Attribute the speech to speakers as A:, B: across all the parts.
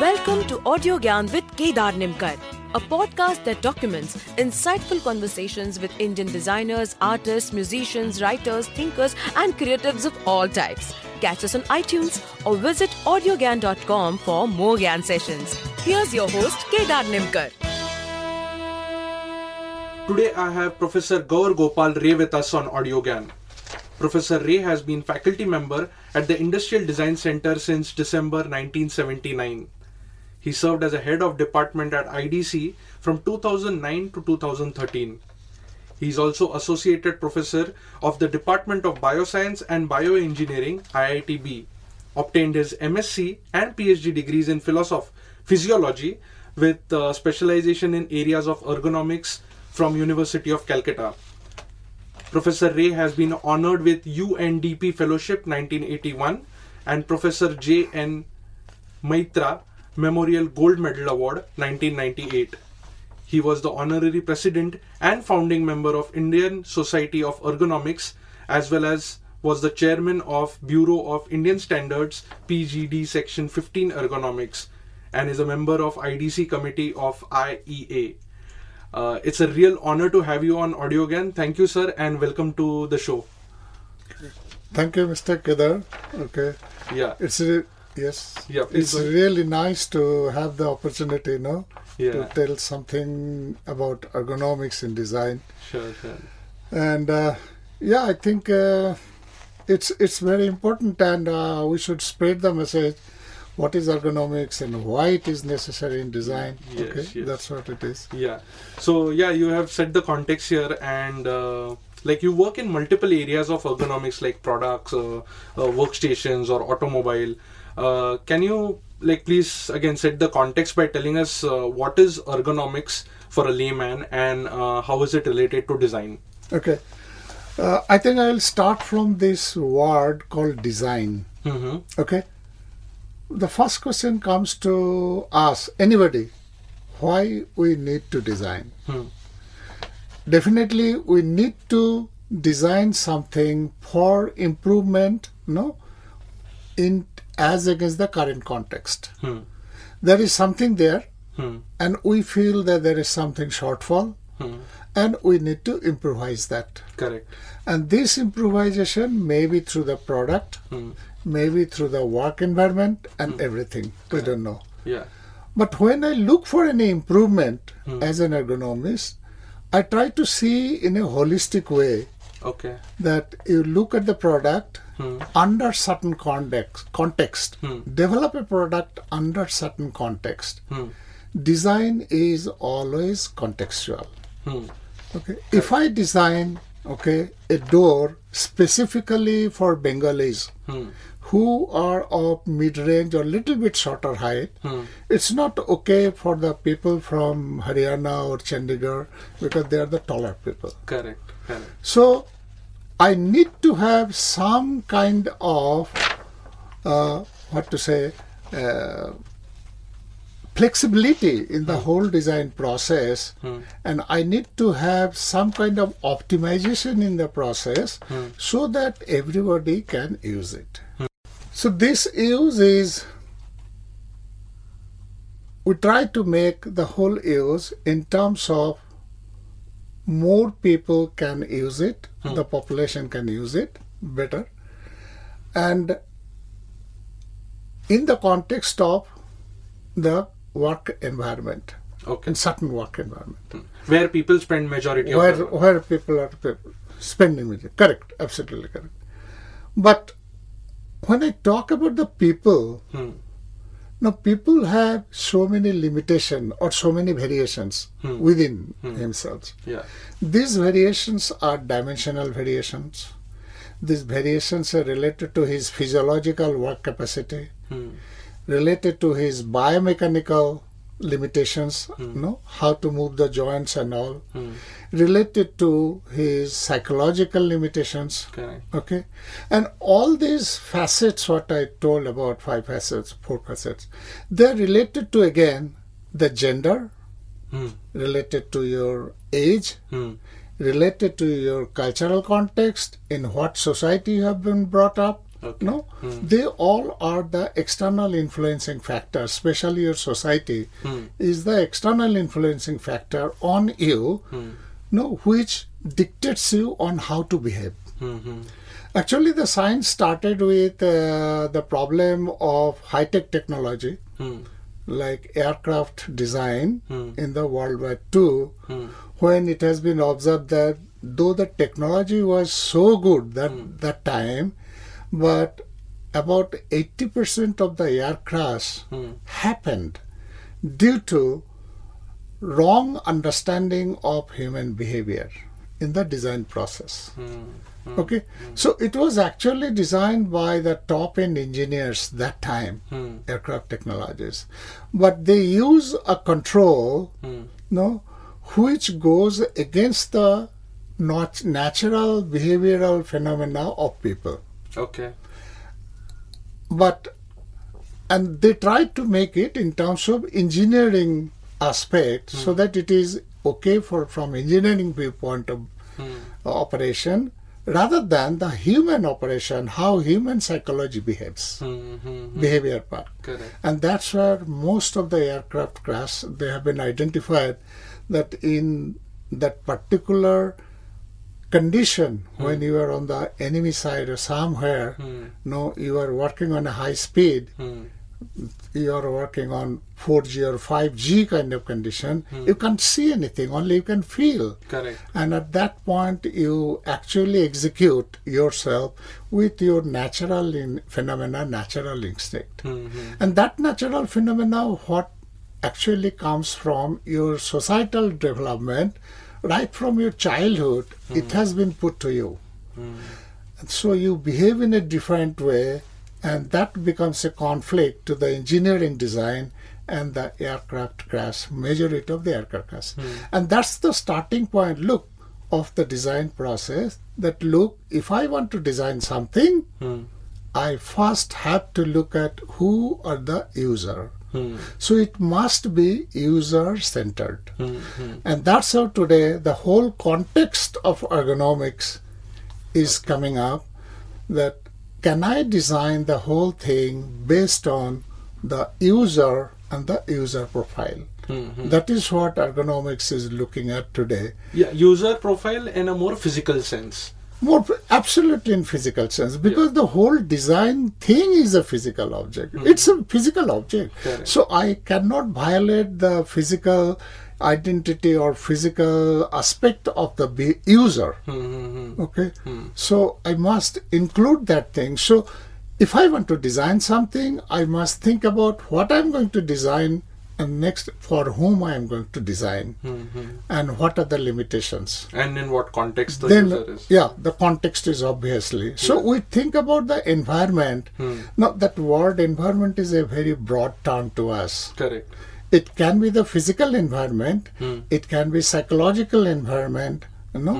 A: Welcome to Audio Gyan with Kedar Nimkar, a podcast that documents insightful conversations with Indian designers, artists, musicians, writers, thinkers, and creatives of all types. Catch us on iTunes or visit audiogyan.com for more Gyan sessions. Here's your host, Kedar Nimkar.
B: Today I have Professor Gaur Gopal Ray with us on AudioGAN. Professor Ray has been faculty member at the Industrial Design Center since December 1979. He served as a head of department at IDC from 2009 to 2013. He is also associated professor of the Department of Bioscience and Bioengineering IITB. Obtained his MSc and PhD degrees in philosophy, physiology with uh, specialization in areas of ergonomics from University of Calcutta. Professor Ray has been honored with UNDP Fellowship 1981 and Professor J. N. Maitra Memorial Gold Medal Award 1998. He was the honorary president and founding member of Indian Society of Ergonomics as well as was the chairman of Bureau of Indian Standards PGD Section 15 Ergonomics and is a member of IDC committee of IEA. Uh, it's a real honor to have you on audio again. Thank you, sir, and welcome to the show.
C: Thank you, Mr. Kedar. Okay,
B: Yeah,
C: it's re- yes,
B: Yeah, please
C: it's
B: go ahead.
C: really nice to have the opportunity, you know,
B: Yeah.
C: to tell something about ergonomics in design.
B: sure, sure.
C: And uh, yeah, I think uh, it's it's very important, and uh, we should spread the message. What is ergonomics and why it is necessary in design?
B: Yes,
C: okay,
B: yes.
C: that's what it is.
B: Yeah. So yeah, you have set the context here, and uh, like you work in multiple areas of ergonomics, like products, uh, uh, workstations, or automobile. Uh, can you like please again set the context by telling us uh, what is ergonomics for a layman and uh, how is it related to design?
C: Okay, uh, I think I'll start from this word called design.
B: Mm-hmm.
C: Okay. The first question comes to us, anybody, why we need to design.
B: Hmm.
C: Definitely, we need to design something for improvement, no, in as against the current context.
B: Hmm.
C: There is something there,
B: Hmm.
C: and we feel that there is something shortfall,
B: Hmm.
C: and we need to improvise that.
B: Correct.
C: And this improvisation may be through the product,
B: Hmm.
C: maybe through the work environment and everything. We don't know.
B: Yeah.
C: But when I look for any improvement
B: Hmm.
C: as an ergonomist, I try to see in a holistic way
B: Okay.
C: that you look at the product
B: Hmm.
C: under certain context, context.
B: Hmm.
C: develop a product under certain context.
B: Hmm.
C: Design is always contextual.
B: Hmm.
C: Okay. If I design okay a door specifically for Bengalis
B: Hmm.
C: who are of mid range or little bit shorter height,
B: Hmm.
C: it's not okay for the people from Haryana or Chandigarh because they are the taller people.
B: Correct. Correct.
C: So I need to have some kind of uh, what to say uh, flexibility in the whole design process, and I need to have some kind of optimization in the process so that everybody can use it. So this use is we try to make the whole use in terms of more people can use it, the population can use it better, and in the context of the work environment,
B: Okay.
C: in certain work environment,
B: Where people spend majority
C: where
B: of their
C: where people are pe- spending money. Correct, absolutely correct. But when I talk about the people,
B: Hmm.
C: now people have so many limitation or so many variations within themselves.
B: Yeah.
C: These variations are dimensional variations. These variations are related to his physiological work capacity,
B: Hmm.
C: related to his biomechanical limitations, you know, how to move the joints and all, related to his psychological limitations.
B: Correct.
C: Okay, and all these facets, what I told about five facets, four facets, they're related to again the gender,
B: Hmm.
C: related to your age,
B: Hmm.
C: related to your cultural context, in what society you have been brought up,
B: Okay. Hmm.
C: no they all are the external influencing factor especially your society
B: Hmm.
C: is the external influencing factor on you
B: Hmm.
C: no which dictates you on how to behave actually the science started with uh, the problem of high tech technology like aircraft design in the World War II, when it has been observed that though the technology was so good that that time, but about 80% of the aircrafts happened due to wrong understanding of human behavior in the design process. Okay, so it was actually designed by the top end engineers that time, aircraft technologists, but they use a control, no, which goes against the not natural behavioral phenomena of people.
B: Okay.
C: But and they try to make it in terms of engineering aspect so that it is okay for from engineering viewpoint of operation rather than the human operation how human psychology behaves
B: Mm-hmm.
C: behavior part
B: Correct.
C: and that's where most of the aircraft crash they have been identified that in that particular condition when you are on the enemy side or somewhere no you are working on a high speed
B: Hmm.
C: you are working on 4g or 5g kind of condition you can't see anything only you can feel
B: Correct.
C: and at that point you actually execute yourself with your natural in- phenomena natural
B: Hmm.
C: instinct and that natural phenomena what actually comes from your societal development right from your childhood it has been put to you so you behave in a different way and that becomes a conflict to the engineering design and the aircraft crash majority of the aircraft crash and that's the starting point look of the design process that look if i want to design something i first have to look at who are the user so it must be user centered and that's how today the whole context of ergonomics is coming up that can I design the whole thing based on the user and the user profile? That is what ergonomics is looking at today.
B: Yeah, user profile in a more physical sense.
C: More p- absolutely in physical sense because the whole design thing is a physical object. It's a physical object.
B: Mm-hmm. Correct.
C: So I cannot violate the physical identity or physical aspect of the be- user.
B: Mm-hmm.
C: Okay. So I must include that thing. So if I want to design something, I must think about what I'm going to design and next for whom I am going to design
B: Mm-hmm.
C: and what are the limitations.
B: And in what context the user
C: Then,
B: is.
C: yeah, the context is obviously. So we think about the environment.
B: Hmm.
C: Now, that word environment is a very broad term to us
B: Correct.
C: it can be the physical environment it can be psychological environment you know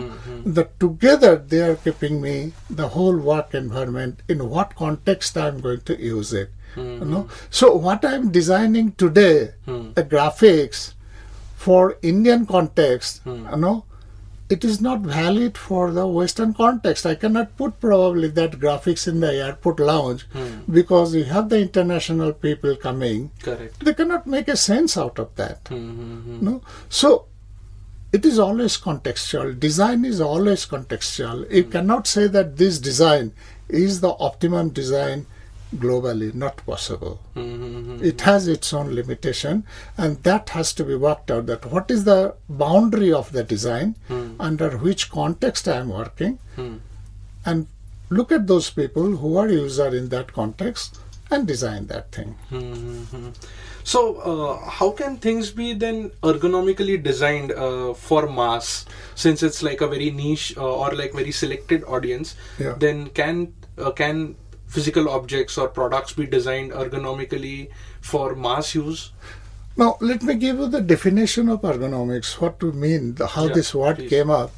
C: that together they are keeping me the whole work environment in what context i'm going to use it you know so what i'm designing today the graphics for indian context you know it is not valid for the western context i cannot put probably that graphics in the airport lounge because you have the international people coming
B: Correct. Mm-hmm,
C: they cannot make a sense out of that no so it is always contextual design is always contextual you cannot say that this design is the optimum design globally not possible
B: Hmm.
C: it has its own limitation and that has to be worked out that what is the boundary of the design under which context i am working and look at those people who are user in that context and design that thing
B: So, uh, how can things be then ergonomically designed uh, for mass? Since it's like a very niche uh, or like very selected audience,
C: Yeah.
B: then can uh, can physical objects or products be designed ergonomically for mass use?
C: Now, let me give you the definition of ergonomics, what to mean, the, how
B: Yeah,
C: this word
B: please. Hmm.
C: came up.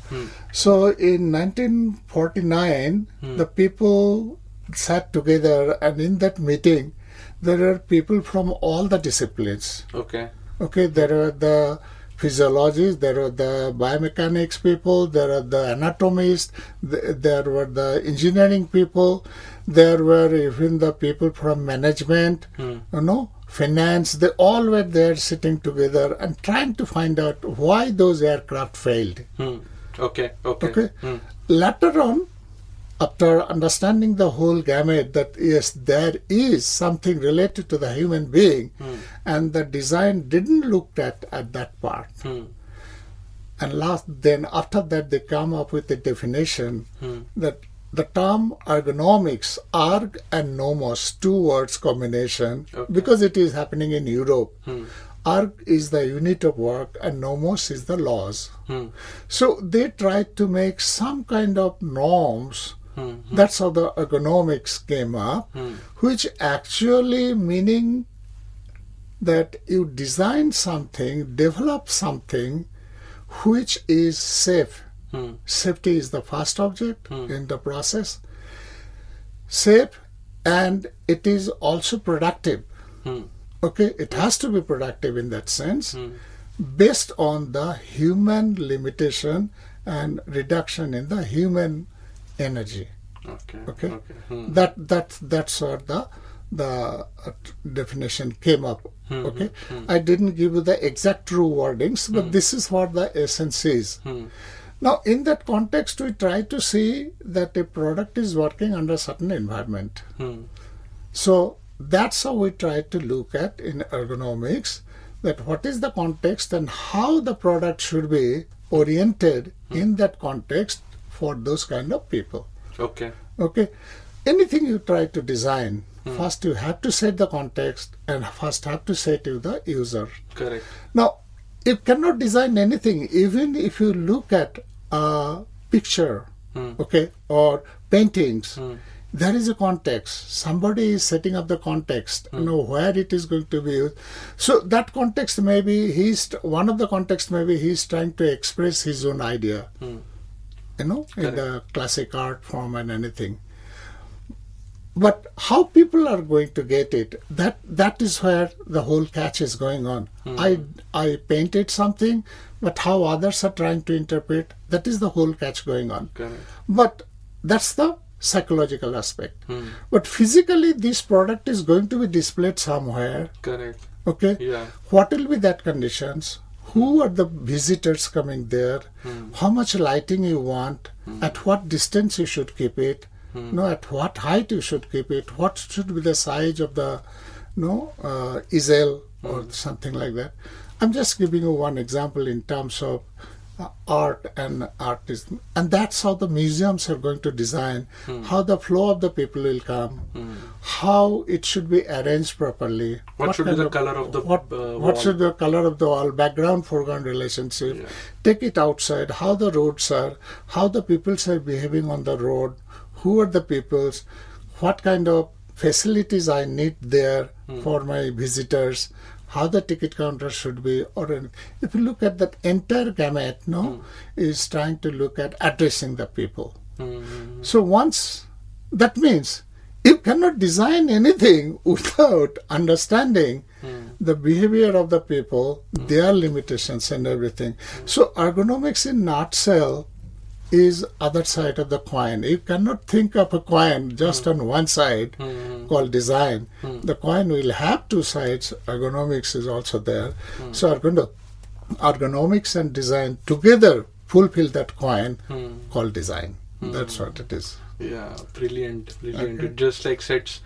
C: So, in 1949,
B: Hmm.
C: the people sat together, and in that meeting, there are people from all the disciplines.
B: Okay.
C: Okay, there are the physiologists, there were the biomechanics people, there are the anatomists, th- there were the engineering people, there were even the people from management, you know, finance. They all were there sitting together and trying to find out why those aircraft failed.
B: Hmm. Okay. Okay.
C: Okay. Later on, after understanding the whole gamut that yes, there is something related to the human being, and the design didn't look at at that part. And last, then after that, they come up with a definition that the term ergonomics, erg and nomos, two words combination, because it is happening in Europe. Erg is the unit of work and nomos is the laws. So they try to make some kind of norms. That's how the ergonomics came up, which actually meaning that you design something, develop something which is safe. Safety is the first object in the process. Safe and it is also productive. Okay, it has to be productive in that sense based on the human limitation and reduction in the human energy
B: Okay.
C: okay,
B: Okay. Hmm.
C: that that that's where the the uh, t- definition came up okay i didn't give you the exact true wordings but this is what the essence is now in that context we try to see that a product is working under certain environment so that's how we try to look at in ergonomics that what is the context and how the product should be oriented in that context for those kind of people
B: Okay.
C: okay anything you try to design first you have to set the context and first have to say to the user
B: Correct.
C: now you cannot design anything even if you look at a picture okay or paintings there is a context somebody is setting up the context you know where it is going to be used so that context maybe he's one of the context maybe he's trying to express his own idea you know, in the classic art form and anything. But how people are going to get it, that that is where the whole catch is going on. I I painted something, but how others are trying to interpret, that is the whole catch going on.
B: Correct.
C: But that's the psychological aspect. But physically this product is going to be displayed somewhere.
B: Correct.
C: Okay.
B: Yeah.
C: What will be that conditions? Who are the visitors coming there? How much lighting you want? At what distance you should keep it? No, at what height you should keep it? What should be the size of the, no, uh, easel or something like that? I'm just giving you one example in terms of uh, art and artism, and that's how the museums are going to design how the flow of the people will come, how it should be arranged properly,
B: What should be
C: kind
B: the color of the,
C: what,
B: uh,
C: what
B: wall?
C: should the color of the wall background foreground relationship take it outside how the roads are how the peoples are behaving on the road who are the peoples what kind of facilities i need there
B: Hmm.
C: for my visitors how the ticket counter should be or any- if you look at that entire gamut no
B: Hmm.
C: is trying to look at addressing the people
B: Hmm.
C: so once that means you cannot design anything without understanding the behavior of the people, their limitations and everything. So ergonomics in nutshell is other side of the coin. You cannot think of a coin just on one side called design. The coin will have two sides. Ergonomics is also there. So ergono- ergonomics and design together fulfill that coin called design. That's what it is.
B: Yeah. Brilliant. Brilliant. It just like sets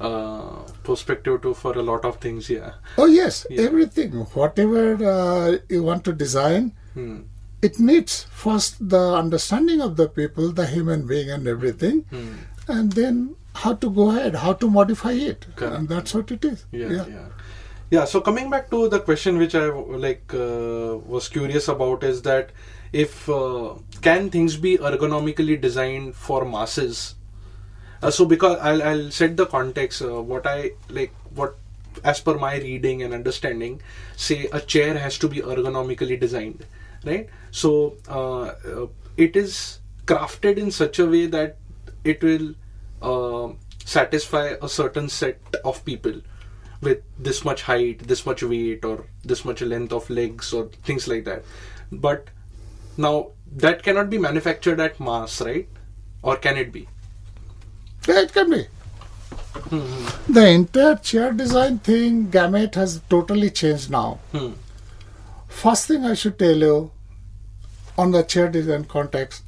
B: uh, perspective to for a lot of things. Yeah.
C: Oh yes,
B: Yeah.
C: everything, whatever uh, you want to design,
B: Hmm.
C: it needs first the understanding of the people, the human being, and everything,
B: Hmm.
C: and then how to go ahead, how to modify it,
B: Correct.
C: and that's what it is.
B: yeah yeah yeah so coming back to the question which i like uh, was curious about is that if uh, can things be ergonomically designed for masses uh, so because I'll, I'll set the context uh, what i like what as per my reading and understanding say a chair has to be ergonomically designed right so uh, uh, it is crafted in such a way that it will uh, satisfy a certain set of people with this much height, this much weight, or this much length of legs, or things like that. But now that cannot be manufactured at Mars, right? Or can it be?
C: Yeah, it can be. The entire chair design thing, gamut has totally changed now.
B: Hmm.
C: First thing I should tell you on the chair design context,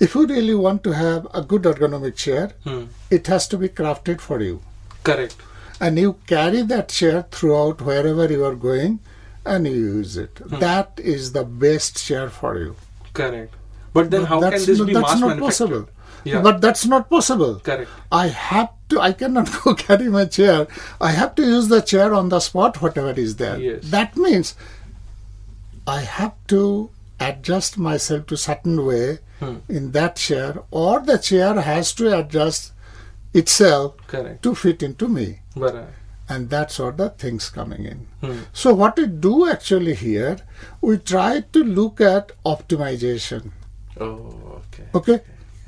C: if you really want to have a good ergonomic chair,
B: Hmm.
C: it has to be crafted for you.
B: Correct.
C: And you carry that chair throughout wherever you are going and you use it. That is the best chair for you.
B: Correct. But then how
C: that's
B: can this
C: no-
B: be
C: that's
B: mass
C: not
B: manufactured?
C: possible.
B: Yeah.
C: But that's not possible.
B: Correct.
C: I have to. I cannot go carry my chair. I have to use the chair on the spot, whatever is there.
B: Yes.
C: That means I have to adjust myself to certain way
B: Hmm.
C: in that chair, or the chair has to adjust itself
B: Correct.
C: to fit into me,
B: Barabar.
C: and that's where the things coming in.
B: Hmm.
C: So what we do actually here, we try to look at optimization.
B: Oh, okay.
C: Okay.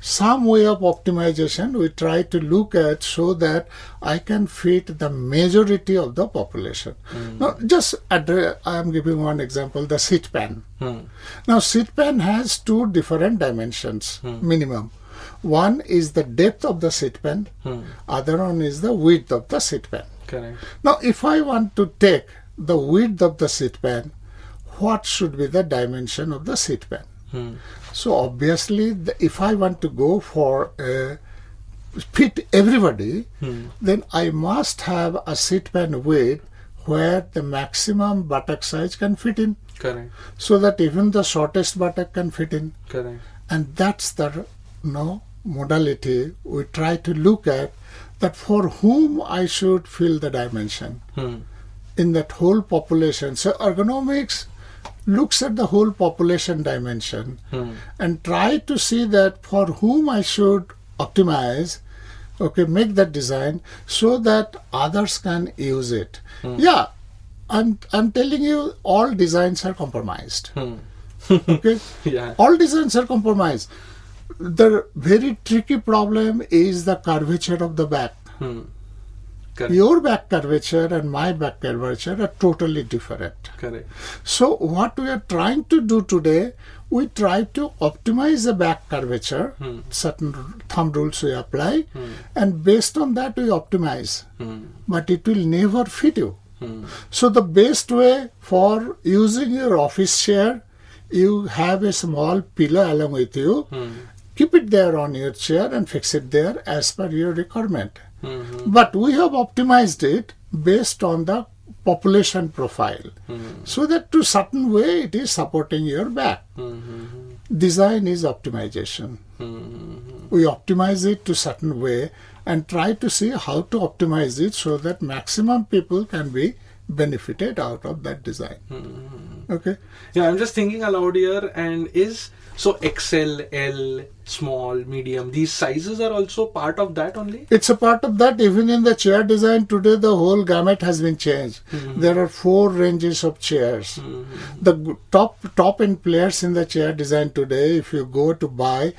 C: Some way of optimization we try to look at so that I can fit the majority of the population. Now, just address, I am giving one example the seat pan.
B: Hmm.
C: Now, seat pan has two different dimensions minimum. One is the depth of the seat pan, other one is the width of the seat pan.
B: Correct.
C: Now, if I want to take the width of the seat pan, what should be the dimension of the seat pan? So, obviously, the, if I want to go for a fit everybody, then I must have a seat pan width where the maximum buttock size can fit in,
B: Correct.
C: so that even the shortest buttock can fit in
B: Correct.
C: and that's the you know, modality we try to look at that for whom I should fill the dimension
B: Hmm.
C: in that whole population. So ergonomics looks at the whole population dimension and try to see that for whom I should optimize. Okay, make that design so that others can use it. Yeah, I'm I'm telling you, all designs are compromised. okay,
B: Yeah.
C: all designs are compromised. The very tricky problem is the curvature of the back.
B: Hmm. Correct.
C: Your back curvature and my back curvature are totally different.
B: Correct.
C: So, what we are trying to do today, we try to optimize the back curvature, certain r- thumb rules we apply, and based on that, we optimize. But it will never fit you. So, the best way for using your office chair, you have a small pillow along with you. Keep it there on your chair and fix it there as per your requirement. But we have optimized it based on the population profile so that to certain way it is supporting your back design is optimization we optimize it to certain way and try to see how to optimize it so that maximum people can be benefited out of that design okay
B: Yeah, I'm just thinking aloud here. And is so XL, L, small, medium, these sizes are also part of that only?
C: it's a part of that even in the chair design today the whole gamut has been changed there are four ranges of chairs the g- top top end players in the chair design today if you go to buy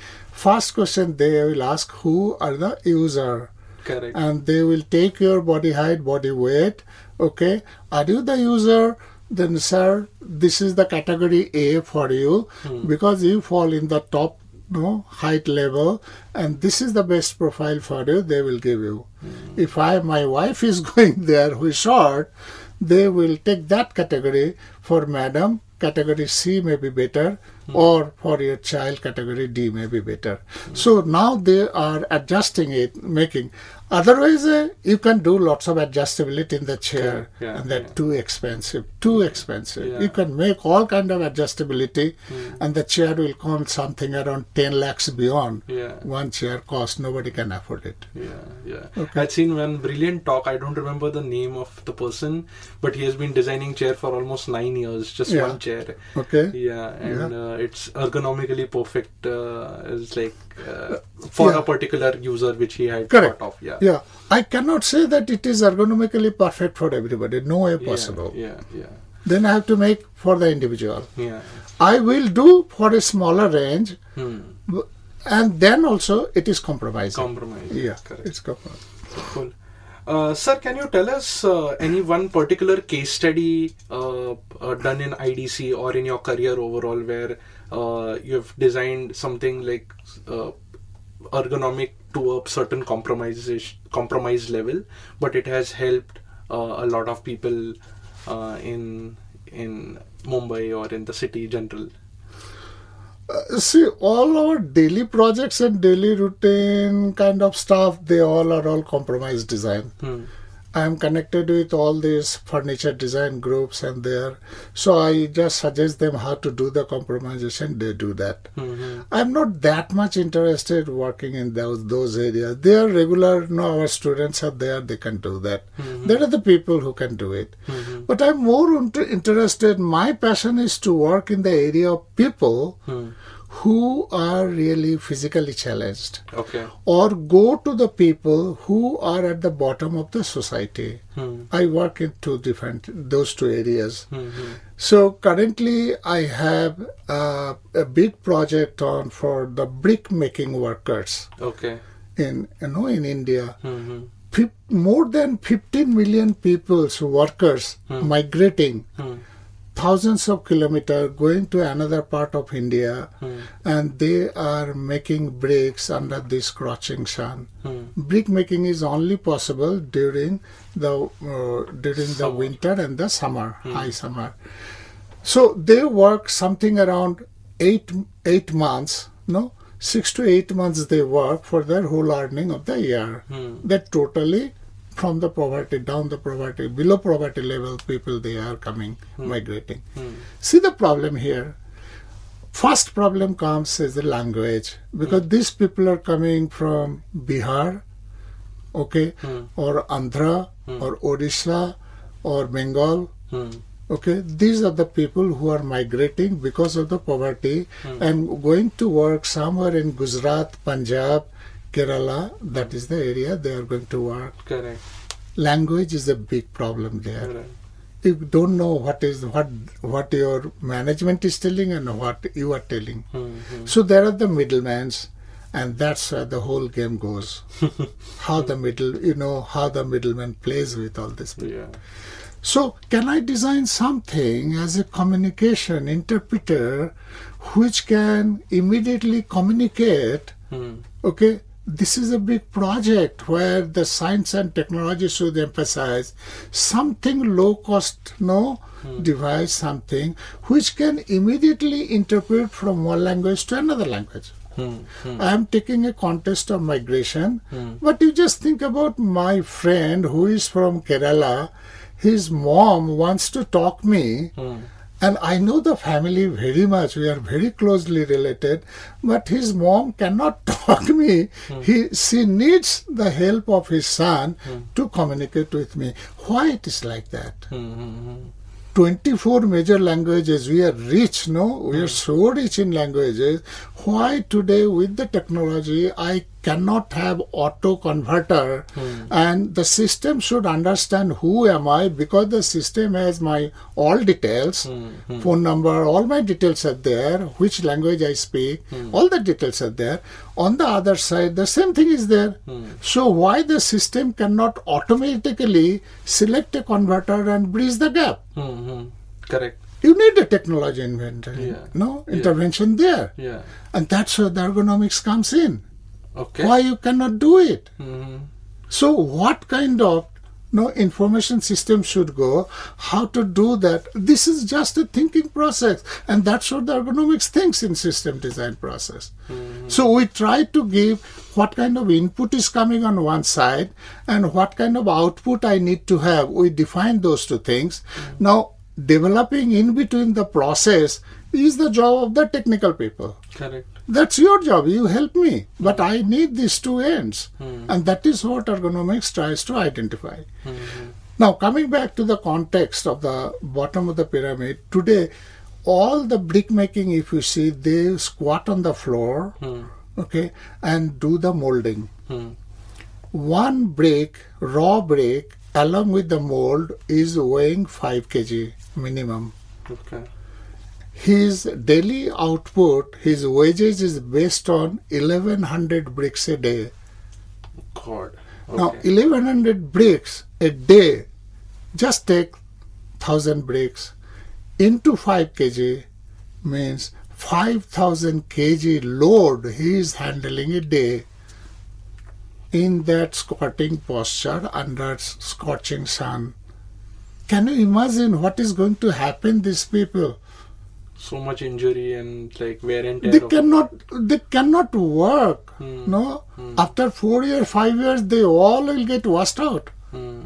C: first question they will ask who are the user
B: Correct.
C: and they will take your body height, body weight. Okay, are you the user? Then, sir, this is the category A for you because you fall in the top you know, height level, and this is the best profile for you. They will give you. If I, my wife is going there who is short, they will take that category for madam. Category C may be better, or for your child, category D may be better. So now they are adjusting it, making. Otherwise, uh, you can do lots of adjustability in the chair,
B: Correct. Yeah,
C: and that
B: yeah.
C: too expensive, too expensive.
B: Yeah. Hmm.
C: You can make all kind of adjustability, and the chair will come something around 10 lakhs beyond
B: Yeah.
C: one chair cost. Nobody can afford it.
B: Yeah, yeah.
C: Okay.
B: I'd seen one brilliant talk. I don't remember the name of the person, but he has been designing chair for almost nine years, just
C: Yeah.
B: one chair.
C: Okay.
B: Yeah, and
C: Yeah.
B: Uh, it's ergonomically perfect. Uh, it's like uh, for
C: Yeah.
B: a particular user which he had
C: Correct.
B: thought of. Yeah.
C: Yeah, I cannot say that it is ergonomically perfect for everybody. No way
B: Yeah,
C: possible.
B: Yeah, yeah,
C: Then I have to make for the individual.
B: yeah.
C: I will do for a smaller range,
B: Hmm.
C: w- and then also it is compromising.
B: Compromise.
C: yeah,
B: correct.
C: it's compromising.
B: Cool. Uh, sir, can you tell us uh, any one particular case study uh, uh, done in IDC or in your career overall where uh, you've designed something like uh, ergonomic to a certain compromise compromise level, but it has helped uh, a lot of people uh, in in Mumbai or in the city general?
C: Uh, See, all our daily projects and daily routine kind of stuff, they all are all compromise design. I am connected with all these furniture design groups and there. So I just suggest them how to do the compromisation. They do that. I'm not that much interested working in those those areas. They are regular. No, our students are there. They can do that. There are the people who can do it. But I'm more inter- interested. My passion is to work in the area of people who are really physically challenged
B: Okay.
C: or go to the people who are at the bottom of the society. I work in two different those two areas. So currently, I have uh, a big project on for the brick making workers
B: Okay.
C: in you know in India. Fif- more than 15 million people's workers migrating thousands of kilometers going to another part of India and they are making bricks under this scorching sun. Brick making is only possible during the uh, during the winter and the summer, high summer. So they work something around eight eight months, no, six to eight months they work for their whole earning of the year. That totally from the poverty down the poverty below poverty level people they are coming migrating. See the problem here. First problem comes is the language because these people are coming from Bihar, okay, or Andhra or Odisha or Bengal,
B: Hmm,
C: Okay, these are the people who are migrating because of the poverty and going to work somewhere in Gujarat, Punjab, Kerala. That is the area they are going to work.
B: Correct.
C: Language is a big problem there.
B: Correct.
C: You don't know what is what what your management is telling and what you are telling. So there are the middlemen, and that's where the whole game goes. how the middle, you know, how the middleman plays with all this.
B: Yeah.
C: So, can I design something as a communication interpreter which can immediately communicate? Okay, this is a big project where the science and technology should emphasize something low cost, no device, something which can immediately interpret from one language to another language. I am taking a contest of migration, but you just think about my friend who is from Kerala. His mom wants to talk me, and I know the family very much. We are very closely related, but his mom cannot talk me. He she needs the help of his son to communicate with me. Why it is like that? 24 major languages we are rich no we are so rich in languages why today with the technology i cannot have auto converter and the system should understand who am i because the system has my all details phone number all my details are there which language i speak all the details are there on the other side the same thing is there so why the system cannot automatically select a converter and bridge the gap
B: Mm-hmm. Correct.
C: you need a technology inventory,
B: Yeah.
C: no intervention there,
B: Yeah.
C: and that's where the ergonomics comes in.
B: Okay.
C: Why you cannot do it?
B: Mhm.
C: So what kind of no information system should go? How to do that? This is just a thinking process, and that's what the ergonomics thinks in system design process. So we try to give what kind of input is coming on one side and what kind of output I need to have. We define those two things. Now developing in between the process is the job of the technical people
B: Correct.
C: that's your job you help me but i need these two ends and that is what ergonomics tries to identify now coming back to the context of the bottom of the pyramid today all the brick making if you see they squat on the floor okay and do the molding one brick raw brick along with the mold is weighing 5 kg minimum
B: Okay.
C: his daily output, his wages is based on 1100 bricks a day.
B: God.
C: Now,
B: Okay.
C: 1100 breaks a day, just take 1000 breaks into 5 kg means 5000 kg load he is handling a day in that squatting posture under s- scorching sun. Can you imagine what is going to happen these people?
B: So much injury and like wear and tear.
C: They
B: of-
C: cannot they cannot work. No? After four years, five years they all will get washed out.
B: Hmm.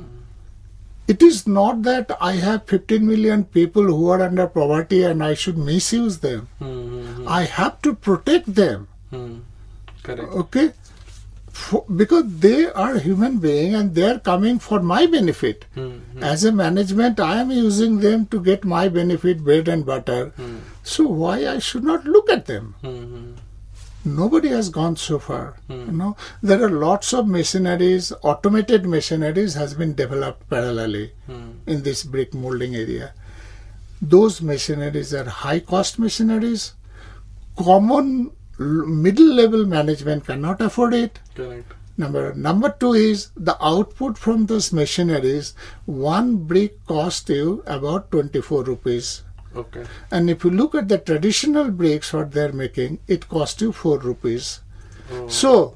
C: It is not that I have 15 million people who are under poverty and I should misuse them.
B: Hmm, hmm, hmm,
C: I have to protect them,
B: hmm. Correct.
C: okay? For, because they are human being and they are coming for my benefit.
B: Hmm,
C: As a management, I am using them to get my benefit, bread and butter. So why I should not look at them?
B: hmm, hmm,
C: Nobody has gone so far. You know, there are lots of machineries, automated machineries has been developed parallelly in this brick molding area. Those machineries are high cost machineries. Common l- middle level management cannot afford it.
B: Correct.
C: Number number two is the output from those machineries. One brick cost you about twenty four rupees.
B: Okay.
C: And if you look at the traditional bricks what they're making, it cost you four rupees.
B: Oh.
C: So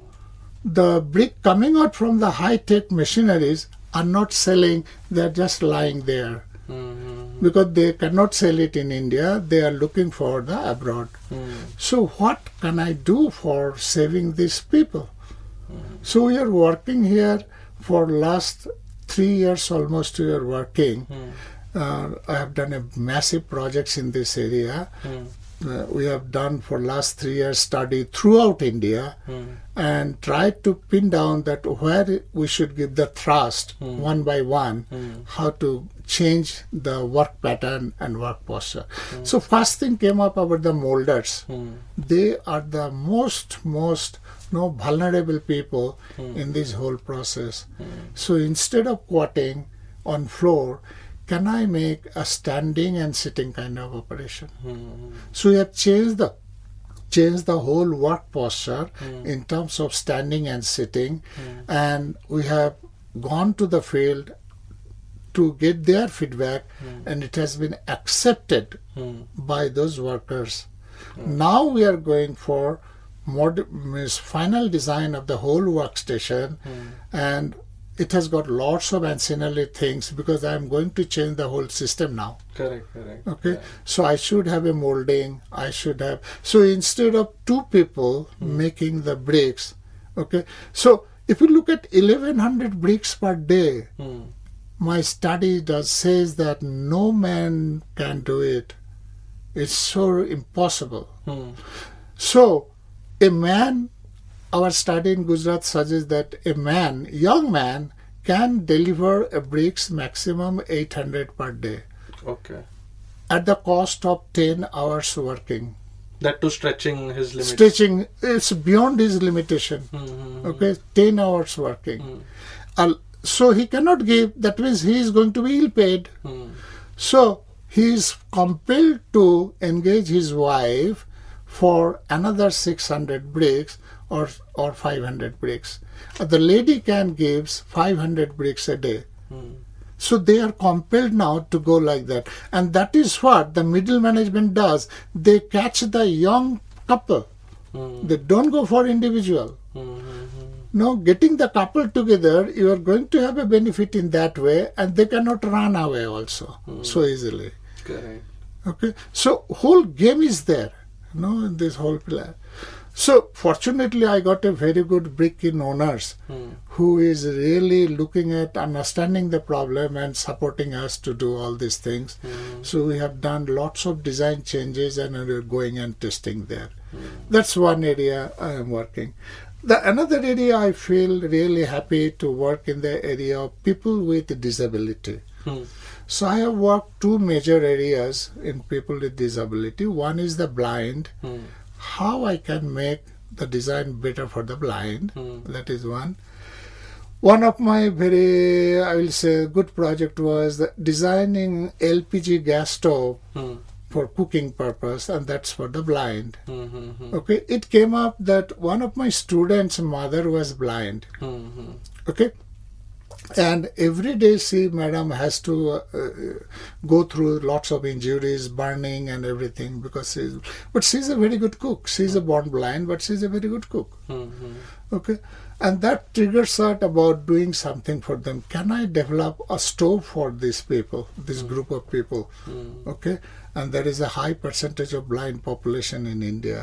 C: the brick coming out from the high tech machineries are not selling, they're just lying there.
B: Hmm,
C: Because they cannot sell it in India, they are looking for the abroad.
B: hmm, hmm.
C: So what can I do for saving these people?
B: Hmm.
C: So we are working here for last three years almost. We are working.
B: Hmm.
C: Uh, I have done a massive projects in this area. Uh, we have done for last three years study throughout India and tried to pin down that where we should give the thrust one by one, how to change the work pattern and work posture. So first thing came up about the molders they are the most most you know, vulnerable people in this whole process so instead of squatting on floor can i make a standing and sitting kind of operation so we have changed the changed the whole work posture in terms of standing and sitting and we have gone to the field to get their feedback and it has been accepted by those workers now we are going for mod- means final design of the whole workstation and it has got lots of ancillary things because i am going to change the whole system now
B: Correct. Correct.
C: okay so i should have a molding i should have so instead of two people making the bricks okay so if you look at 1100 bricks per day
B: Hmm.
C: my study does says that no man can do it it's so impossible
B: Hmm.
C: so a man our study in gujarat suggests that a man young man can deliver a bricks maximum 800 per day
B: Okay.
C: at the cost of 10 hours working
B: That too stretching his limits.
C: stretching it's beyond his limitation
B: Hmm, hmm,
C: okay 10 hours working Al- so he cannot give that means he is going to be ill paid
B: hmm.
C: So he is compelled to engage his wife for another 600 bricks or or 500 bricks. Uh, The lady can gives 500 bricks a day.
B: Hmm.
C: So they are compelled now to go like that, and that is what the middle management does. They catch the young couple.
B: Hmm.
C: They don't go for individual. Now, getting the couple together, you are going to have a benefit in that way, and they cannot run away also so easily.
B: Correct.
C: Okay, so whole game is there, you know, in this whole plan. So fortunately, I got a very good brick in owners who is really looking at understanding the problem and supporting us to do all these things. So we have done lots of design changes and we're going and testing there. That's one area I am working. The another area I feel really happy to work in the area of people with disability.
B: Hmm.
C: So I have worked two major areas in people with disability. One is the blind,
B: Hmm.
C: how I can make the design better for the blind.
B: Hmm.
C: That is one. One of my very, I will say, good project was the designing LPG gas stove
B: Hmm.
C: for cooking purpose, and that's for the blind.
B: Hmm. Hmm. Hmm.
C: Okay, it came up that one of my students' mother was blind.
B: Hmm. Hmm.
C: okay and every day see madam has to uh, uh, go through lots of injuries burning and everything because she's but she's a very good cook she's a born blind but she's a very good cook okay and that triggers her about doing something for them can i develop a stove for these people this group of people okay and there is a high percentage of blind population in india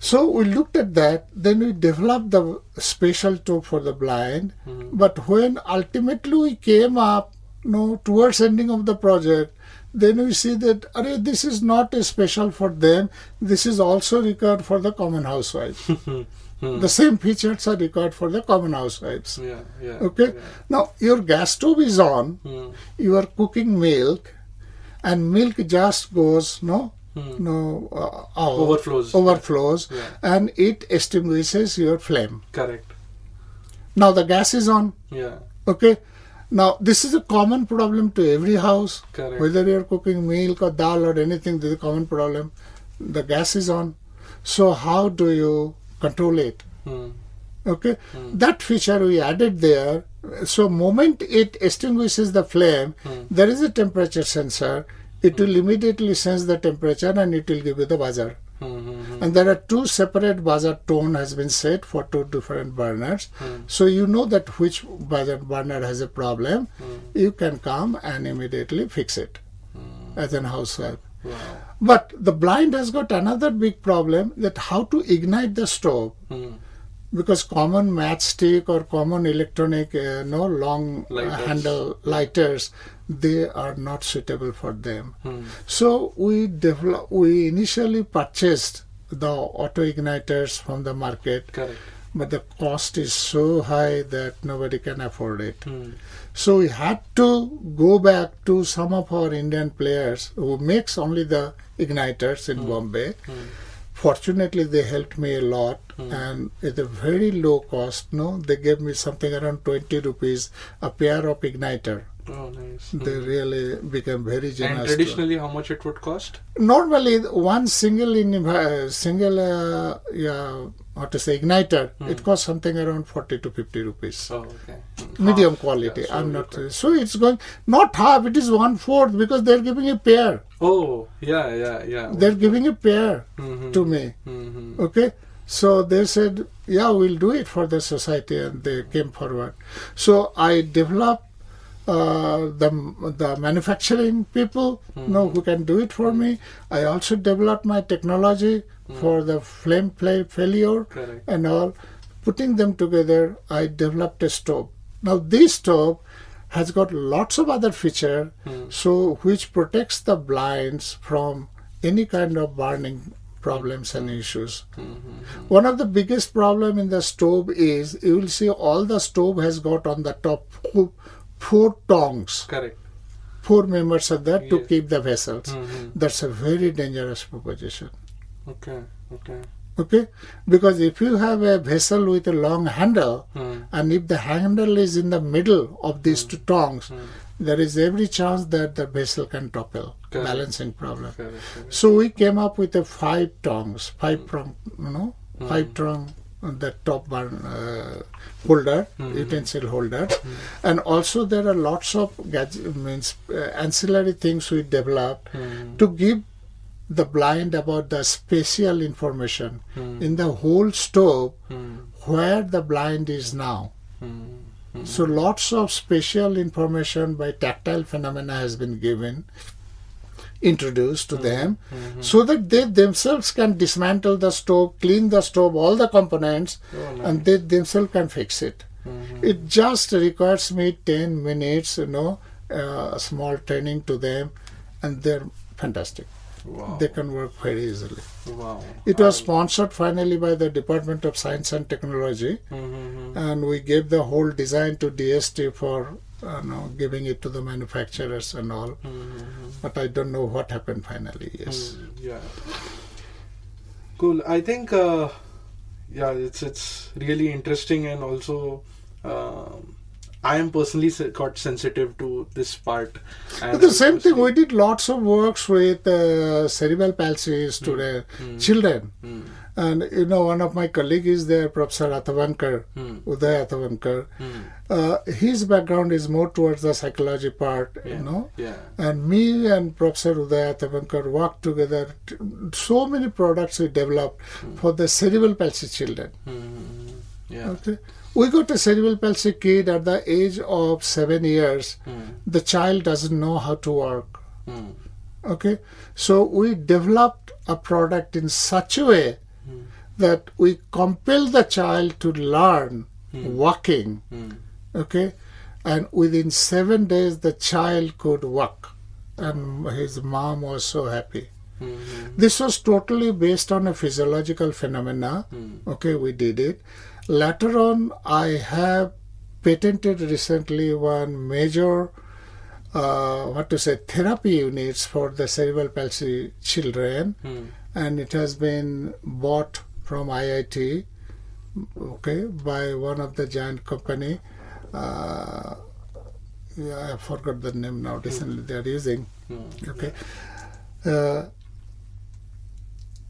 C: so we looked at that, then we developed the special tool for the blind.
B: Hmm.
C: But when ultimately we came up, you know, towards ending of the project, then we see that Array, this is not a special for them. This is also required for the common housewife.
B: Hmm.
C: The same features are required for the common housewives.
B: Yeah, yeah.
C: Okay.
B: yeah.
C: Now your gas stove is on.
B: Hmm.
C: You are cooking milk, and milk just goes no,
B: Hmm.
C: no uh, out-
B: Overflows.
C: overflows,
B: Yeah.
C: and it extinguishes your flame.
B: Correct.
C: Now the gas is on.
B: Yeah.
C: Okay. Now this is a common problem to every house.
B: Correct.
C: Whether you are cooking milk or dal or anything, this is a common problem. The gas is on. So how do you control it?
B: Hmm.
C: okay that feature we added there so moment it extinguishes the flame
B: Hmm.
C: there is a temperature sensor it will immediately sense the temperature and it will give you the buzzer
B: Hmm. hmm, hmm.
C: and there are two separate buzzer tone has been set for two different burners so you know that which buzzer burner has a problem you can come and immediately fix it as an housewife
B: Wow.
C: but the blind has got another big problem that how to ignite the stove
B: Hmm.
C: because common matchstick or common electronic uh, no long uh,
B: Lighters.
C: handle lighters they are not suitable for them
B: Hmm.
C: so we develop we initially purchased the auto igniters from the market
B: Correct.
C: but the cost is so high that nobody can afford it
B: Hmm.
C: so we had to go back to some of our Indian players who makes only the igniters in Bombay. Fortunately, they helped me a lot, and at a very low cost. No, they gave me something around twenty rupees a pair of igniter.
B: Oh, nice.
C: They really became very generous.
B: And
C: to us.
B: traditionally, how much it would cost?
C: normally one single in uh, single uh, yeah, what to say igniter it costs something around forty to fifty rupees
B: Oh, okay.
C: Mm-hmm. medium quality.
B: yeah, so
C: I'm
B: you
C: not
B: could-
C: so it's going not half. It is one fourth because they're giving a pair.
B: Oh, yeah, yeah, yeah.
C: They're giving a pair
B: Mhm.
C: to me.
B: Mhm.
C: Mm. Okay, so they said, yeah, we'll do it for the society, and they came forward. So I developed. Uh, the the manufacturing people you know who can do it for me. I also developed my technology for the flame play failure
B: Correct.
C: and all. Putting them together, I developed a stove. Now this stove has got lots of other feature, so which protects the blinds from any kind of burning problems and issues.
B: Mm-hmm.
C: One of the biggest problem in the stove is you will see all the stove has got on the top four- four tongs
B: Correct.
C: four members are there to
B: Yes.
C: keep the vessels.
B: Mhm.
C: That's a very dangerous proposition.
B: Okay. Okay.
C: Okay? Because if you have a vessel with a long handle,
B: Hmm.
C: and if the handle is in the middle of these
B: Mm.
C: two tongs, there is every chance that the vessel can topple.
B: Correct.
C: Balancing problem.
B: Correct. correct.
C: So we came up with a five tongs, five prong, you know, five prong on the top one uh, holder, utensil holder, and also there are lots of gadget, means uh, ancillary things we developed
B: Hmm.
C: to give the blind about the spatial information in the whole stove
B: hmm,
C: where the blind is now. So lots of spatial information by tactile phenomena has been given, introduced to them, so that they themselves can dismantle the stove, clean the stove, all the components,
B: Oh, Mm-hmm. nice.
C: and they themselves can fix it. It just requires me ten minutes, you know, uh, small training to them, and they're fantastic.
B: Wow.
C: They can work very easily.
B: Wow.
C: It was sponsored finally by the Department of Science and Technology
B: Mm-hmm.
C: and we gave the whole design to DST for uh, know, giving it to the manufacturers and all. But I don't know what happened finally. Yes,
B: Yeah. Cool. I think, uh, yeah, it's it's really interesting and also, um I am personally se- got sensitive to this part.
C: But the same thing, we did lots of works with uh, cerebral palsy student, children. And you know, one of my colleague is there, Professor Atavankar, Uday Atavankar. Uh, his background is more towards the psychology part, you know.
B: Yeah.
C: And me and Professor Uday Atavankar worked together. t- So many products we developed for the cerebral palsy children.
B: Mm-hmm. Yeah.
C: Okay. We got a cerebral palsy kid at the age of seven years. The child doesn't know how to work.
B: Mm.
C: Okay. So we developed a product in such a way that we compel the child to learn walking. Okay. And within seven days, the child could walk. And his mom was so happy. This was totally based on a physiological phenomena. Okay, we did it. Later on, I have patented recently one major, uh, what to say, therapy units for the cerebral palsy children, and it has been bought from IIT. Okay, by one of the giant company. Uh, yeah, I forgot the name now. Recently, they are using. Okay. Uh,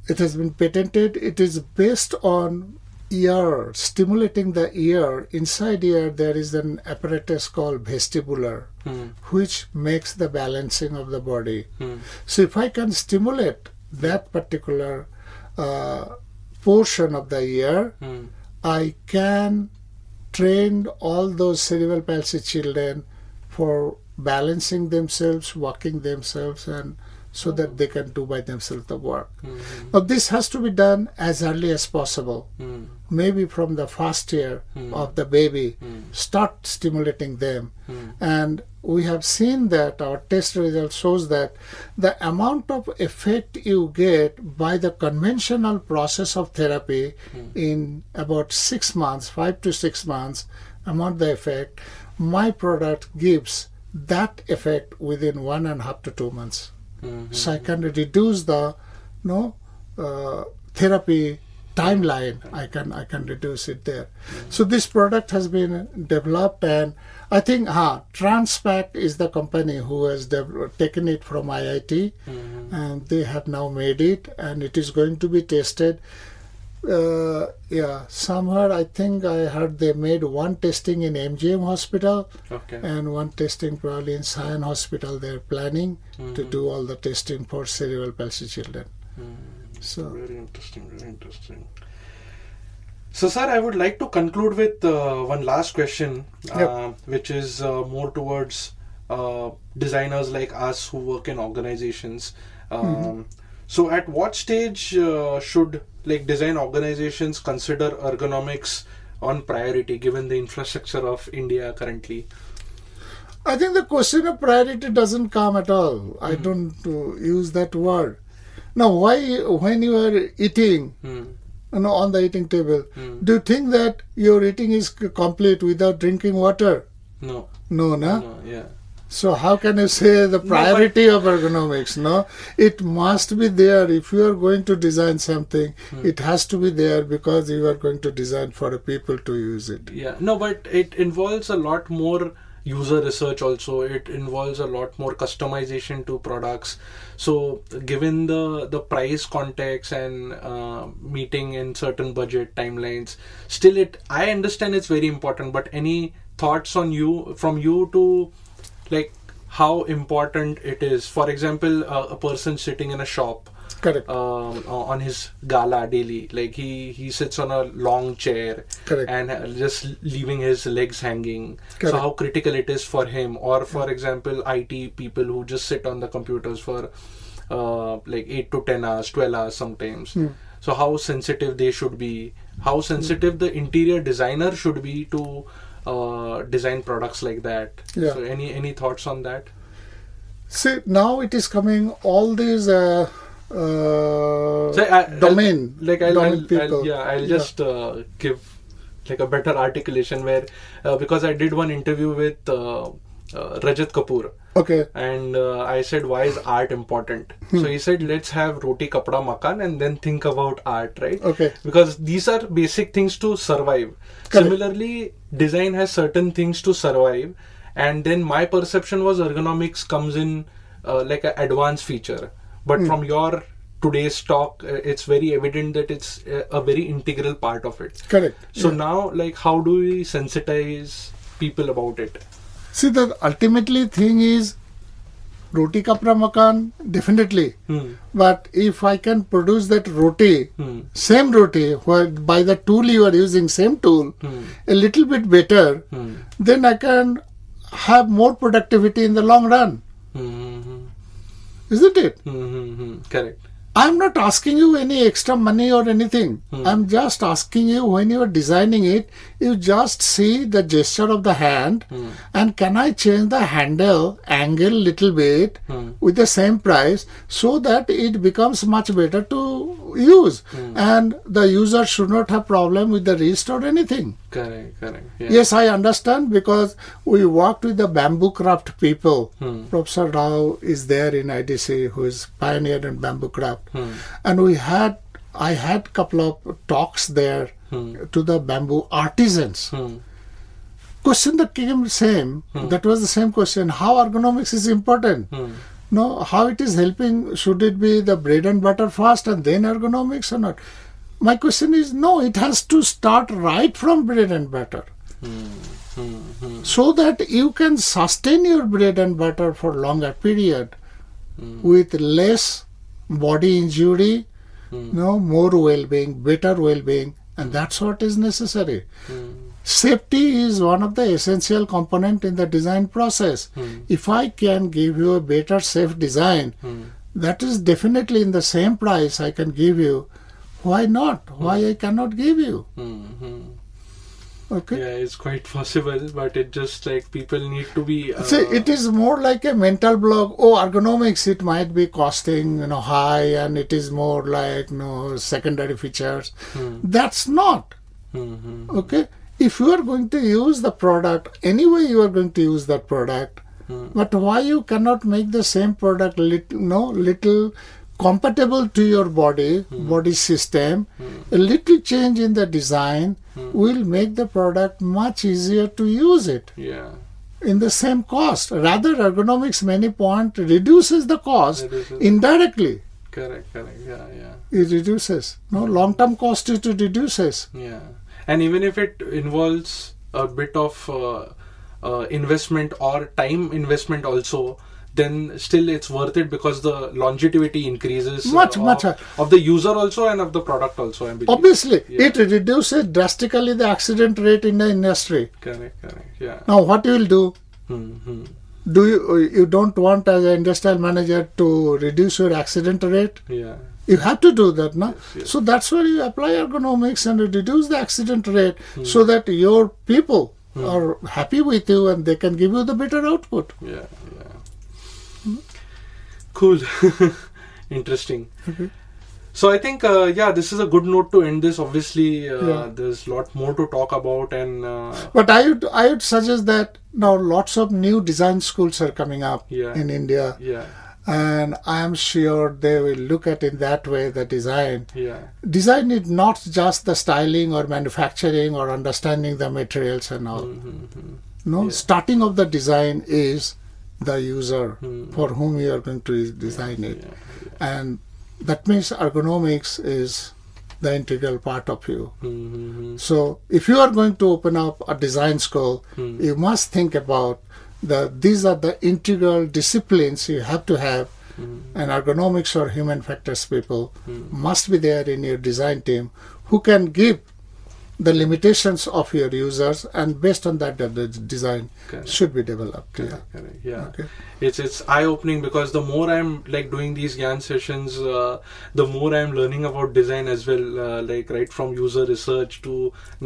C: it has been patented. It is based on ear, stimulating the ear. Inside ear, there is an apparatus called vestibular, which makes the balancing of the body. So, if I can stimulate that particular uh, portion of the ear, I can train all those cerebral palsy children for balancing themselves, walking themselves, and so that they can do by themselves the work. Now, this has to be done as early as possible, maybe from the first year of the baby. Start stimulating them, and we have seen that our test result shows that the amount of effect you get by the conventional process of therapy in about six months, five to six months, amount the effect my product gives that effect within one and a half to two months. So I can reduce the no uh, therapy timeline. I can I can reduce it there. So this product has been developed, and I think ha Transpac is the company who has dev- taken it from IIT, and they have now made it, and it is going to be tested. Uh, yeah, somewhere I think I heard they made one testing in MGM Hospital
B: Okay.
C: and one testing probably in Sion Hospital. They're planning to do all the testing for cerebral palsy children. So,
B: Very interesting, very interesting. So, sir, I would like to conclude with uh, one last question, uh, which is uh, more towards uh, designers like us who work in organizations. Um, So, at what stage uh, should like design organizations consider ergonomics on priority, given the infrastructure of India currently?
C: I think the question of priority doesn't come at all. I don't uh, use that word. Now, why, when you are eating,
B: Hmm.
C: you know, on the eating table, do you think that your eating is c- complete without drinking water?
B: No,
C: No, no.
B: no, yeah,
C: So how can you say the priority of ergonomics? No, it must be there. If you are going to design something,
B: Hmm.
C: it has to be there because you are going to design for the people to use it.
B: yeah, no, but it involves a lot more user research also it involves a lot more customization to products so given the the price context and uh, meeting in certain budget timelines still it i understand it's very important but any thoughts on you from you to like how important it is for example uh, a person sitting in a shop
C: Correct.
B: um, o- on his gala daily. Like he he sits on a long chair
C: Correct.
B: and uh, just leaving his legs hanging. So
C: Correct.
B: how critical it is for him, or for example, IT people who just sit on the computers for uh, like eight to ten hours, twelve hours sometimes.
C: Hmm.
B: So how sensitive they should be, how sensitive
C: Hmm.
B: the interior designer should be to uh, design products like that.
C: Yeah.
B: So any any thoughts on that?
C: See now it is coming all these uh, uh,
B: So I, I'll-
C: domain
B: like I'll,
C: domain
B: I'll,
C: people.
B: I'll- yeah, I'll just uh, give like a better articulation where uh, because I did one interview with uh, uh, Rajat Kapoor
C: okay.
B: and uh, I said why is art important? So he said let's have roti kapda makan and then think about art, right?
C: Okay.
B: Because these are basic things to survive.
C: Correct.
B: Similarly, design has certain things to survive and then my perception was ergonomics comes in uh, like an advanced feature
C: Hmm.
B: but from your today's talk uh, it's very evident that it's uh, a very integral part of it
C: Correct.
B: so now like how do we sensitize people about it
C: See, the ultimately thing is roti kapra makan, definitely. But if I can produce that roti, same roti, where by the tool you are using, same tool, a little bit better, then I can have more productivity in the long run,
B: mm-hmm.
C: isn't it?
B: Mm-hmm. correct
C: I'm not asking you any extra money or anything. I'm just asking you when you are designing it, you just see the gesture of the hand and can I change the handle angle little bit with the same price so that it becomes much better to use and the user should not have problem with the wrist or anything.
B: correct correct yeah.
C: Yes, I understand because we worked with the bamboo craft people.
B: Hmm.
C: Professor Rao is there in IDC who is pioneer in bamboo craft,
B: Hmm.
C: and we had I had couple of talks there to the bamboo artisans.
B: Hmm.
C: Question that came same. That was the same question. How ergonomics is important.
B: Hmm.
C: No, how it is helping? Should it be the bread and butter first and then ergonomics or not? My question is no. It has to start right from bread and butter so that you can sustain your bread and butter for longer period with less body injury no more well-being better well-being and that's what is necessary safety is one of the essential component in the design process if i can give you a better safe design that is definitely in the same price i can give you why not why i cannot give you okay
B: yeah it's quite possible but it just like people need to be uh,
C: So it is more like a mental block. Oh, ergonomics, it might be costing you know high, and it is more like you know secondary features. That's not
B: Mhm.
C: okay. If you are going to use the product anyway, you are going to use that product. But why you cannot make the same product little, no little compatible to your body, body system? A little change in the design will make the product much easier to use it
B: yeah
C: in the same cost. Rather, ergonomics many point reduces the cost
B: Reduces.
C: indirectly.
B: correct correct yeah yeah
C: It reduces. No long term cost it reduces.
B: Yeah, and even if it involves a bit of uh, uh, investment or time investment also, then still it's worth it because the longevity increases uh,
C: Much,
B: of,
C: much high.
B: of the user also and of the product also. I believe.
C: Obviously,
B: Yeah.
C: it reduces drastically the accident rate in the industry.
B: Correct, correct. Yeah.
C: Now, what you will do?
B: Mm-hmm.
C: Do you you don't want as an industrial manager to reduce your accident rate?
B: Yeah.
C: You have to do that, now.
B: yes.
C: So that's where you apply ergonomics and reduce the accident rate
B: Hmm.
C: so that your people are happy with you and they can give you the better output.
B: Yeah. Yeah. Cool. Interesting. So I think uh, yeah, this is a good note to end this. Obviously, uh,
C: Yeah.
B: there's a lot more to talk about, and uh,
C: But I would I would suggest that now lots of new design schools are coming up
B: Yeah.
C: in India,
B: yeah,
C: and I am sure they will look at in that way the design.
B: yeah,
C: Design is not just the styling or manufacturing or understanding the materials and all. No,
B: Mm-hmm, Yeah.
C: starting of the design is the user for whom you are going to design it,
B: Mm-hmm. yeah.
C: and that means ergonomics is the integral part of you.
B: Mm-hmm.
C: So if you are going to open up a design school,
B: Hmm.
C: you must think about the these are the integral disciplines you have to have
B: Hmm.
C: and ergonomics or human factors people must be there in your design team who can give the limitations of your users and based on that the, the design
B: Correct.
C: should be developed.
B: Correct, correct, yeah.
C: Okay.
B: It's it's eye opening because the more I'm like doing these Gyan sessions, uh, the more I'm learning about design as well. Uh, like right from user research to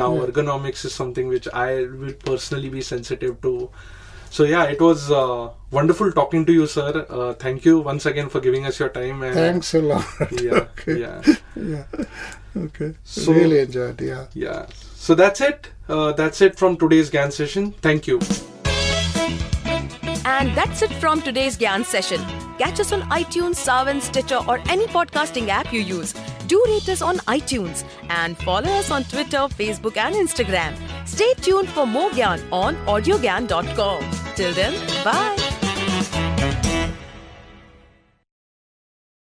B: now
C: Yeah.
B: ergonomics is something which I will personally be sensitive to. So yeah, it was uh, wonderful talking to you, sir. Uh, thank you once again for giving us your time. And,
C: Thanks a lot.
B: Yeah,
C: okay.
B: yeah.
C: Yeah. Okay.
B: So-
C: really enjoyed, yeah.
B: Yeah. So that's it. Uh, that's it from today's GAN session. Thank you.
A: And that's it from today's Gyan session. Catch us on iTunes, Savan, Stitcher, or any podcasting app you use. Do rate us on iTunes and follow us on Twitter, Facebook, and Instagram. Stay tuned for more Gyan on audiogyan.com. Till then, bye.